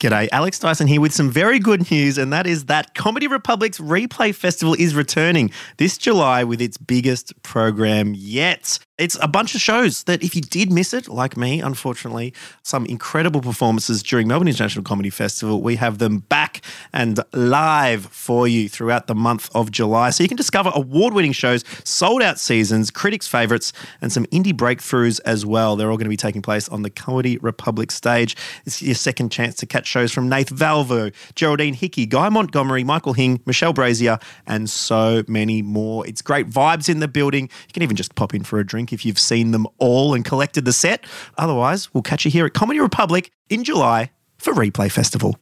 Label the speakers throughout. Speaker 1: G'day, Alex Dyson here with some very good news, and that is that Comedy Republic's Replay Festival is returning this July with its biggest program yet. It's a bunch of shows that, if you did miss it, like me, unfortunately, some incredible performances during Melbourne International Comedy Festival. We have them back and live for you throughout the month of July. So you can discover award winning shows, sold out seasons, critics' favourites, and some indie breakthroughs as well. They're all going to be taking place on the Comedy Republic stage. It's your second chance to catch shows from Nath Valvo, Geraldine Hickey, Guy Montgomery, Michael Hing, Michelle Brazier, and so many more. It's great vibes in the building. You can even just pop in for a drink if you've seen them all and collected the set. Otherwise, we'll catch you here at Comedy Republic in July for Replay Festival.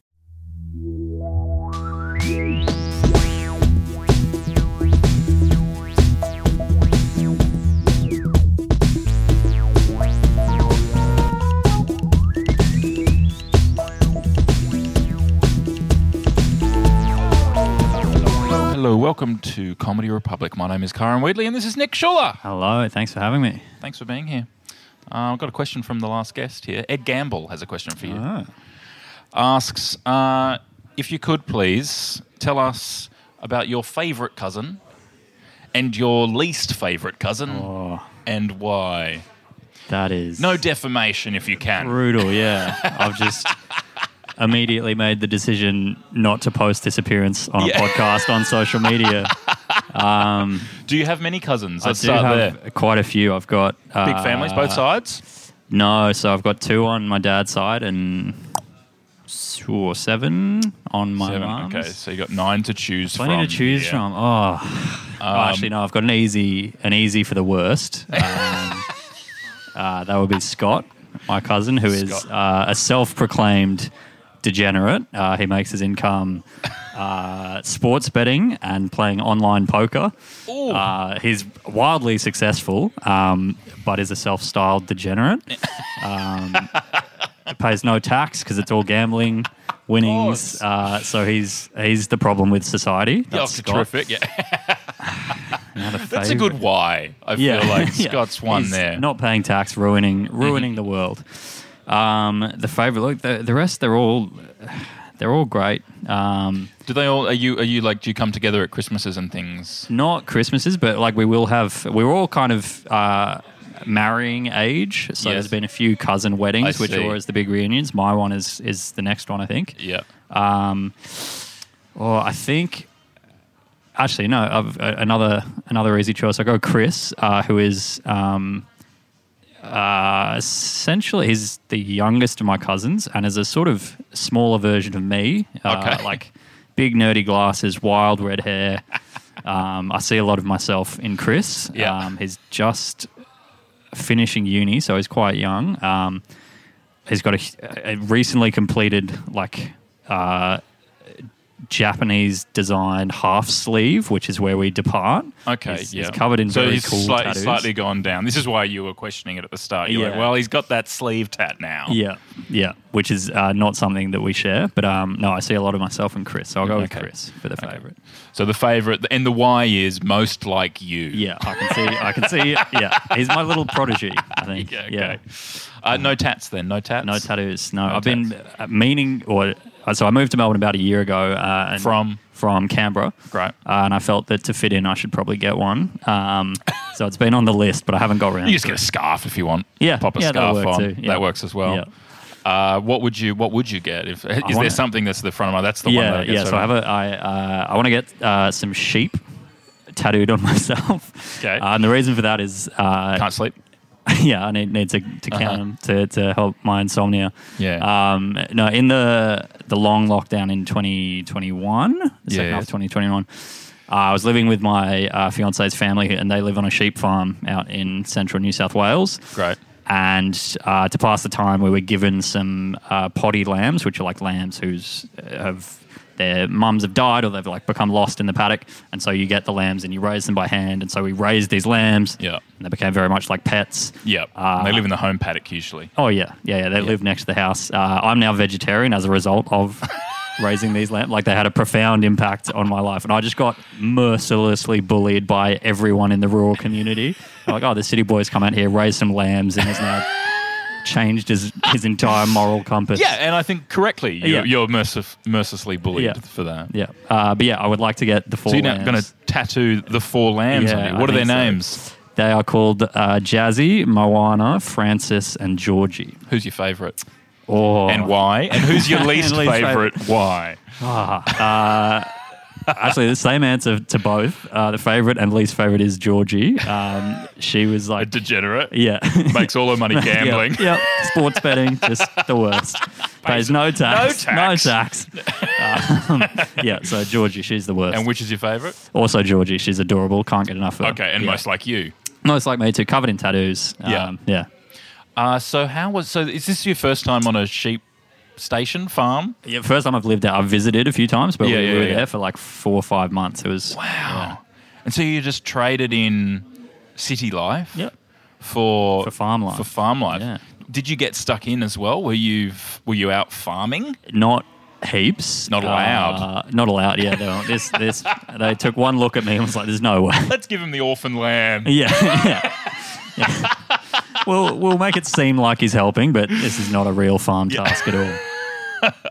Speaker 2: Hello, welcome to Comedy Republic. My name is Karen Wheatley, and this is Nick Schuller.
Speaker 3: Hello, thanks for having me.
Speaker 2: Thanks for being here. Uh, I've got a question from the last guest here. Ed Gamble has a question for you. Asks uh, if you could please tell us about your favourite cousin and your least favourite cousin
Speaker 3: Oh.
Speaker 2: and why.
Speaker 3: That is
Speaker 2: No defamation if you can.
Speaker 3: brutal. Yeah, I've just immediately made the decision not to post this appearance on
Speaker 2: Yeah.
Speaker 3: a podcast on social media.
Speaker 2: Do you have many cousins?
Speaker 3: I
Speaker 2: Let's
Speaker 3: do
Speaker 2: start
Speaker 3: have
Speaker 2: there.
Speaker 3: quite a few. I've got uh,
Speaker 2: Big families, both sides.
Speaker 3: No, so I've got two on my dad's side and s- or seven on my
Speaker 2: Seven.
Speaker 3: mom's.
Speaker 2: Okay, so you got nine to choose
Speaker 3: Plenty
Speaker 2: from.
Speaker 3: to choose
Speaker 2: Yeah. Um,
Speaker 3: from. Oh, Oh, actually, no. I've got an easy, an easy for the worst. Um, uh, that would be Scott, my cousin, who is
Speaker 2: Scott.
Speaker 3: uh, a self-proclaimed degenerate. Uh, he makes his income uh, sports betting and playing online poker.
Speaker 2: Ooh.
Speaker 3: Uh, he's wildly successful, um, but is a self-styled degenerate. Um, pays no tax because it's all gambling winnings.
Speaker 2: course.
Speaker 3: Uh, so he's he's the problem with society.
Speaker 2: Yeah,
Speaker 3: That's Scott.
Speaker 2: terrific. Yeah.
Speaker 3: Not
Speaker 2: That's a good
Speaker 3: favourite.
Speaker 2: why. I feel like Scott's one
Speaker 3: He's
Speaker 2: there. Mm-hmm.
Speaker 3: Not paying tax, ruining ruining the world. Um, the favorite look. The, the rest, they're all they're all great. Um,
Speaker 2: do they all? Are you? Are you like? Do you come together at Christmases and things?
Speaker 3: not Christmases, but like we will have. We're all kind of. Uh, marrying age so
Speaker 2: Yes.
Speaker 3: there's been a few cousin
Speaker 2: I
Speaker 3: weddings which
Speaker 2: see.
Speaker 3: are always the big reunions my one is is the next one i think
Speaker 2: Yeah.
Speaker 3: Um, oh, I think actually no. I've, uh, another another easy choice. I go Chris, uh, who is um, uh, essentially he's the youngest of my cousins and is a sort of smaller version of me. Uh,
Speaker 2: Okay.
Speaker 3: Like big nerdy glasses, wild red hair. Um, I see a lot of myself in Chris.
Speaker 2: Yeah.
Speaker 3: Um, he's just finishing uni, so he's quite young. Um, he's got a, a recently completed like uh, Japanese designed half sleeve, which is where we depart.
Speaker 2: Okay.
Speaker 3: he's,
Speaker 2: yeah.
Speaker 3: he's covered in
Speaker 2: so
Speaker 3: very
Speaker 2: he's
Speaker 3: cool
Speaker 2: slightly,
Speaker 3: tattoos.
Speaker 2: slightly gone down. This is why you were questioning it at the start. You're like,
Speaker 3: Yeah.
Speaker 2: well, he's got that sleeve tat now.
Speaker 3: yeah, yeah, which is uh, not something that we share. But um, no, I see a lot of myself in Chris, so I'll go
Speaker 2: Okay.
Speaker 3: with Chris for the favorite.
Speaker 2: So the favorite and the why is most like you.
Speaker 3: Yeah, I can see, I can see. Yeah, he's my little prodigy. I think.
Speaker 2: Yeah. Okay. Uh, no tats then. No tats.
Speaker 3: No tattoos. No, I've been uh, meaning, or uh, so I moved to Melbourne about a year ago. Uh, and
Speaker 2: From?
Speaker 3: from Canberra,
Speaker 2: Great.
Speaker 3: Uh, and I felt that to fit in, I should probably get one. Um, so it's been on the list, but I haven't got around.
Speaker 2: You just
Speaker 3: to
Speaker 2: get a scarf if you want.
Speaker 3: Yeah,
Speaker 2: Pop a
Speaker 3: yeah, that'll
Speaker 2: scarf
Speaker 3: work
Speaker 2: on.
Speaker 3: too, yeah.
Speaker 2: That works as well.
Speaker 3: Yeah.
Speaker 2: Uh, what would you What would you get? If is there
Speaker 3: wanna-
Speaker 2: something that's the front of my? That's the
Speaker 3: it.
Speaker 2: one.
Speaker 3: yeah,
Speaker 2: That
Speaker 3: yeah. So I have a, I, uh, I want to get uh, some sheep tattooed on myself.
Speaker 2: Okay.
Speaker 3: Uh, and the reason for that is, uh,
Speaker 2: Can't sleep.
Speaker 3: yeah, I need, need to, to count
Speaker 2: Uh-huh.
Speaker 3: them to, to help my insomnia.
Speaker 2: Yeah.
Speaker 3: Um, no, in the the long lockdown in 2021, the
Speaker 2: Yeah.
Speaker 3: second half of 2021, uh, I was living with my uh, fiance's family, and they live on a sheep farm out in central New South Wales.
Speaker 2: Great.
Speaker 3: And uh, to pass the time, we were given some uh, potty lambs, which are like lambs who's have their mums have died or they've like become lost in the paddock, and so you get the lambs and you raise them by hand, and so we raised these lambs.
Speaker 2: Yeah.
Speaker 3: and they became very much like pets.
Speaker 2: Yeah.
Speaker 3: Uh,
Speaker 2: they live in the home paddock usually.
Speaker 3: Oh yeah, yeah, yeah. They live next to the house. Uh, I'm now vegetarian as a result of raising these lamps. Like they had a profound impact on my life, and I just got mercilessly bullied by everyone in the rural community. They're like, oh, the city boys come out here, raise some lambs, and there's now changed his, his entire moral compass.
Speaker 2: Yeah, and I think correctly, you,
Speaker 3: Yeah.
Speaker 2: you're mercif- mercilessly bullied
Speaker 3: Yeah.
Speaker 2: for that.
Speaker 3: Yeah. Uh, but yeah, I would like to get the four
Speaker 2: So you're now
Speaker 3: lambs.
Speaker 2: going to tattoo the four lambs
Speaker 3: Yeah,
Speaker 2: on you.
Speaker 3: I
Speaker 2: What are their
Speaker 3: think so.
Speaker 2: names?
Speaker 3: They are called uh, Jazzy, Moana, Francis, and Georgie.
Speaker 2: Who's your favourite
Speaker 3: Oh,
Speaker 2: and why? And who's your
Speaker 3: And
Speaker 2: least,
Speaker 3: least
Speaker 2: favourite? Why?
Speaker 3: Actually, the same answer to both. Uh, the favorite and least favorite is Georgie. Um, she was
Speaker 2: A
Speaker 3: like,
Speaker 2: degenerate
Speaker 3: yeah,
Speaker 2: makes all her money
Speaker 3: Yeah,
Speaker 2: gambling.
Speaker 3: Yep, sports betting, just the worst. Pays no tax.
Speaker 2: tax.
Speaker 3: No tax. Um, yeah, so Georgie, she's the worst.
Speaker 2: And which is your favourite?
Speaker 3: also, Georgie, she's adorable. Can't get enough of her.
Speaker 2: Okay, and
Speaker 3: yeah.
Speaker 2: most like you.
Speaker 3: most like me too. Covered in tattoos.
Speaker 2: Yeah.
Speaker 3: Um, yeah.
Speaker 2: Uh, so how was? So is this your first time on a sheep station farm?
Speaker 3: Yeah, first time I've lived out, I've visited a few times, but
Speaker 2: Yeah,
Speaker 3: we
Speaker 2: yeah,
Speaker 3: were
Speaker 2: yeah.
Speaker 3: there for like four or five months. It was
Speaker 2: Wow. And so you just traded in city life
Speaker 3: Yep.
Speaker 2: for
Speaker 3: For farm life.
Speaker 2: For farm life.
Speaker 3: Yeah.
Speaker 2: Did you get stuck in as well? Were you were you out farming?
Speaker 3: not heaps.
Speaker 2: Not allowed.
Speaker 3: Uh, not allowed. Yeah, they were- this this they took one look at me and was like, "There's no way."
Speaker 2: Let's give him the orphan lamb.
Speaker 3: yeah, yeah. Yeah. We'll we'll make it seem like he's helping, but this is not a real farm task at all.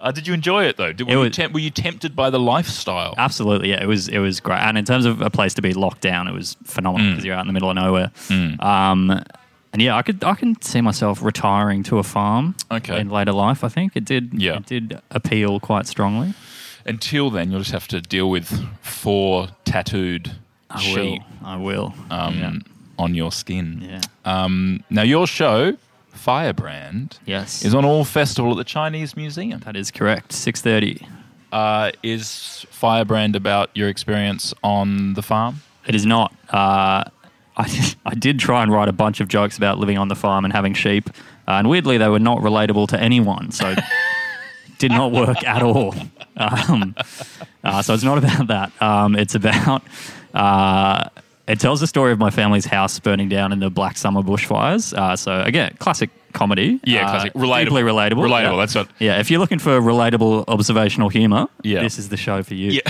Speaker 2: Uh, did you enjoy it though? Did, were,
Speaker 3: It
Speaker 2: you
Speaker 3: was- Uh,
Speaker 2: temp- were you tempted by the lifestyle?
Speaker 3: Absolutely, yeah. It was it was great, and in terms of a place to be locked down, it was phenomenal
Speaker 2: Mm.
Speaker 3: because you're out in the middle of nowhere. Um, and yeah, I could I can see myself retiring to a farm.
Speaker 2: Okay.
Speaker 3: In later life, I think it did.
Speaker 2: Yeah.
Speaker 3: It did appeal quite strongly.
Speaker 2: Until then, you'll just have to deal with four tattooed
Speaker 3: I
Speaker 2: sheep
Speaker 3: will. I will.
Speaker 2: um, on your skin.
Speaker 3: yeah.
Speaker 2: Um, now your show, Firebrand,
Speaker 3: Yes.
Speaker 2: is on All Festival at the Chinese Museum.
Speaker 3: that is correct. Six thirty.
Speaker 2: uh, is Firebrand about your experience on the farm?
Speaker 3: It is not. Uh, I, I did try and write a bunch of jokes about living on the farm and having sheep, uh, and weirdly, they were not relatable to anyone, so did not work at all. Um, uh, so it's not about that. Um, it's about. Uh, it tells the story of my family's house burning down in the Black Summer bushfires. Uh, so again, classic comedy.
Speaker 2: Yeah,
Speaker 3: Uh,
Speaker 2: classic. Relatable.
Speaker 3: Deeply relatable.
Speaker 2: Relatable,
Speaker 3: Yeah.
Speaker 2: that's what-
Speaker 3: Yeah, if you're looking for relatable observational humor,
Speaker 2: Yeah.
Speaker 3: this is the show for you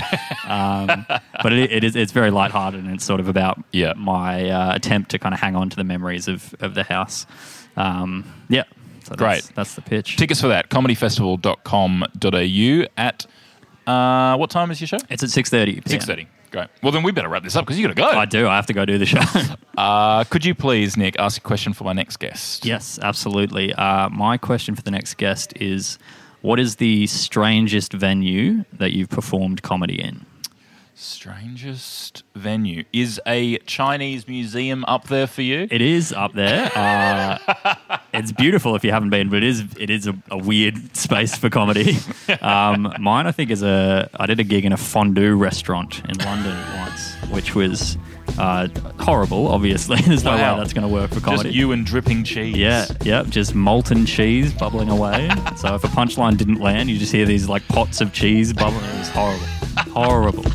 Speaker 3: but it, it is it's very lighthearted and it's sort of about
Speaker 2: Yeah.
Speaker 3: my uh, attempt to kind of hang on to the memories of, of the house. Um, yeah, so
Speaker 2: Great.
Speaker 3: That's, that's the pitch.
Speaker 2: Tickets for that, comedyfestival.com.au at uh, what time is your show?
Speaker 3: It's at six thirty.
Speaker 2: 6.30. Great. Well, then we better wrap this up because you got to go.
Speaker 3: I do. I have to go do the show.
Speaker 2: Uh, could you please, Nick, ask a question for my next guest?
Speaker 3: yes, absolutely. Uh, my question for the next guest is, what is the strangest venue that you've performed comedy in?
Speaker 2: Strangest venue. Is a Chinese museum up there for you?
Speaker 3: It is up there. Uh, it's beautiful if you haven't been, but it is it is a, a weird space for comedy. Um, mine, I think, is a. I did a gig in a fondue restaurant in London once, which was uh, horrible. Obviously, there's no
Speaker 2: Wow.
Speaker 3: way that's going to work for
Speaker 2: Just
Speaker 3: comedy.
Speaker 2: you and dripping cheese.
Speaker 3: yeah, yeah, just molten cheese bubbling away. so if a punchline didn't land, you just hear these like pots of cheese bubbling. It was horrible, horrible.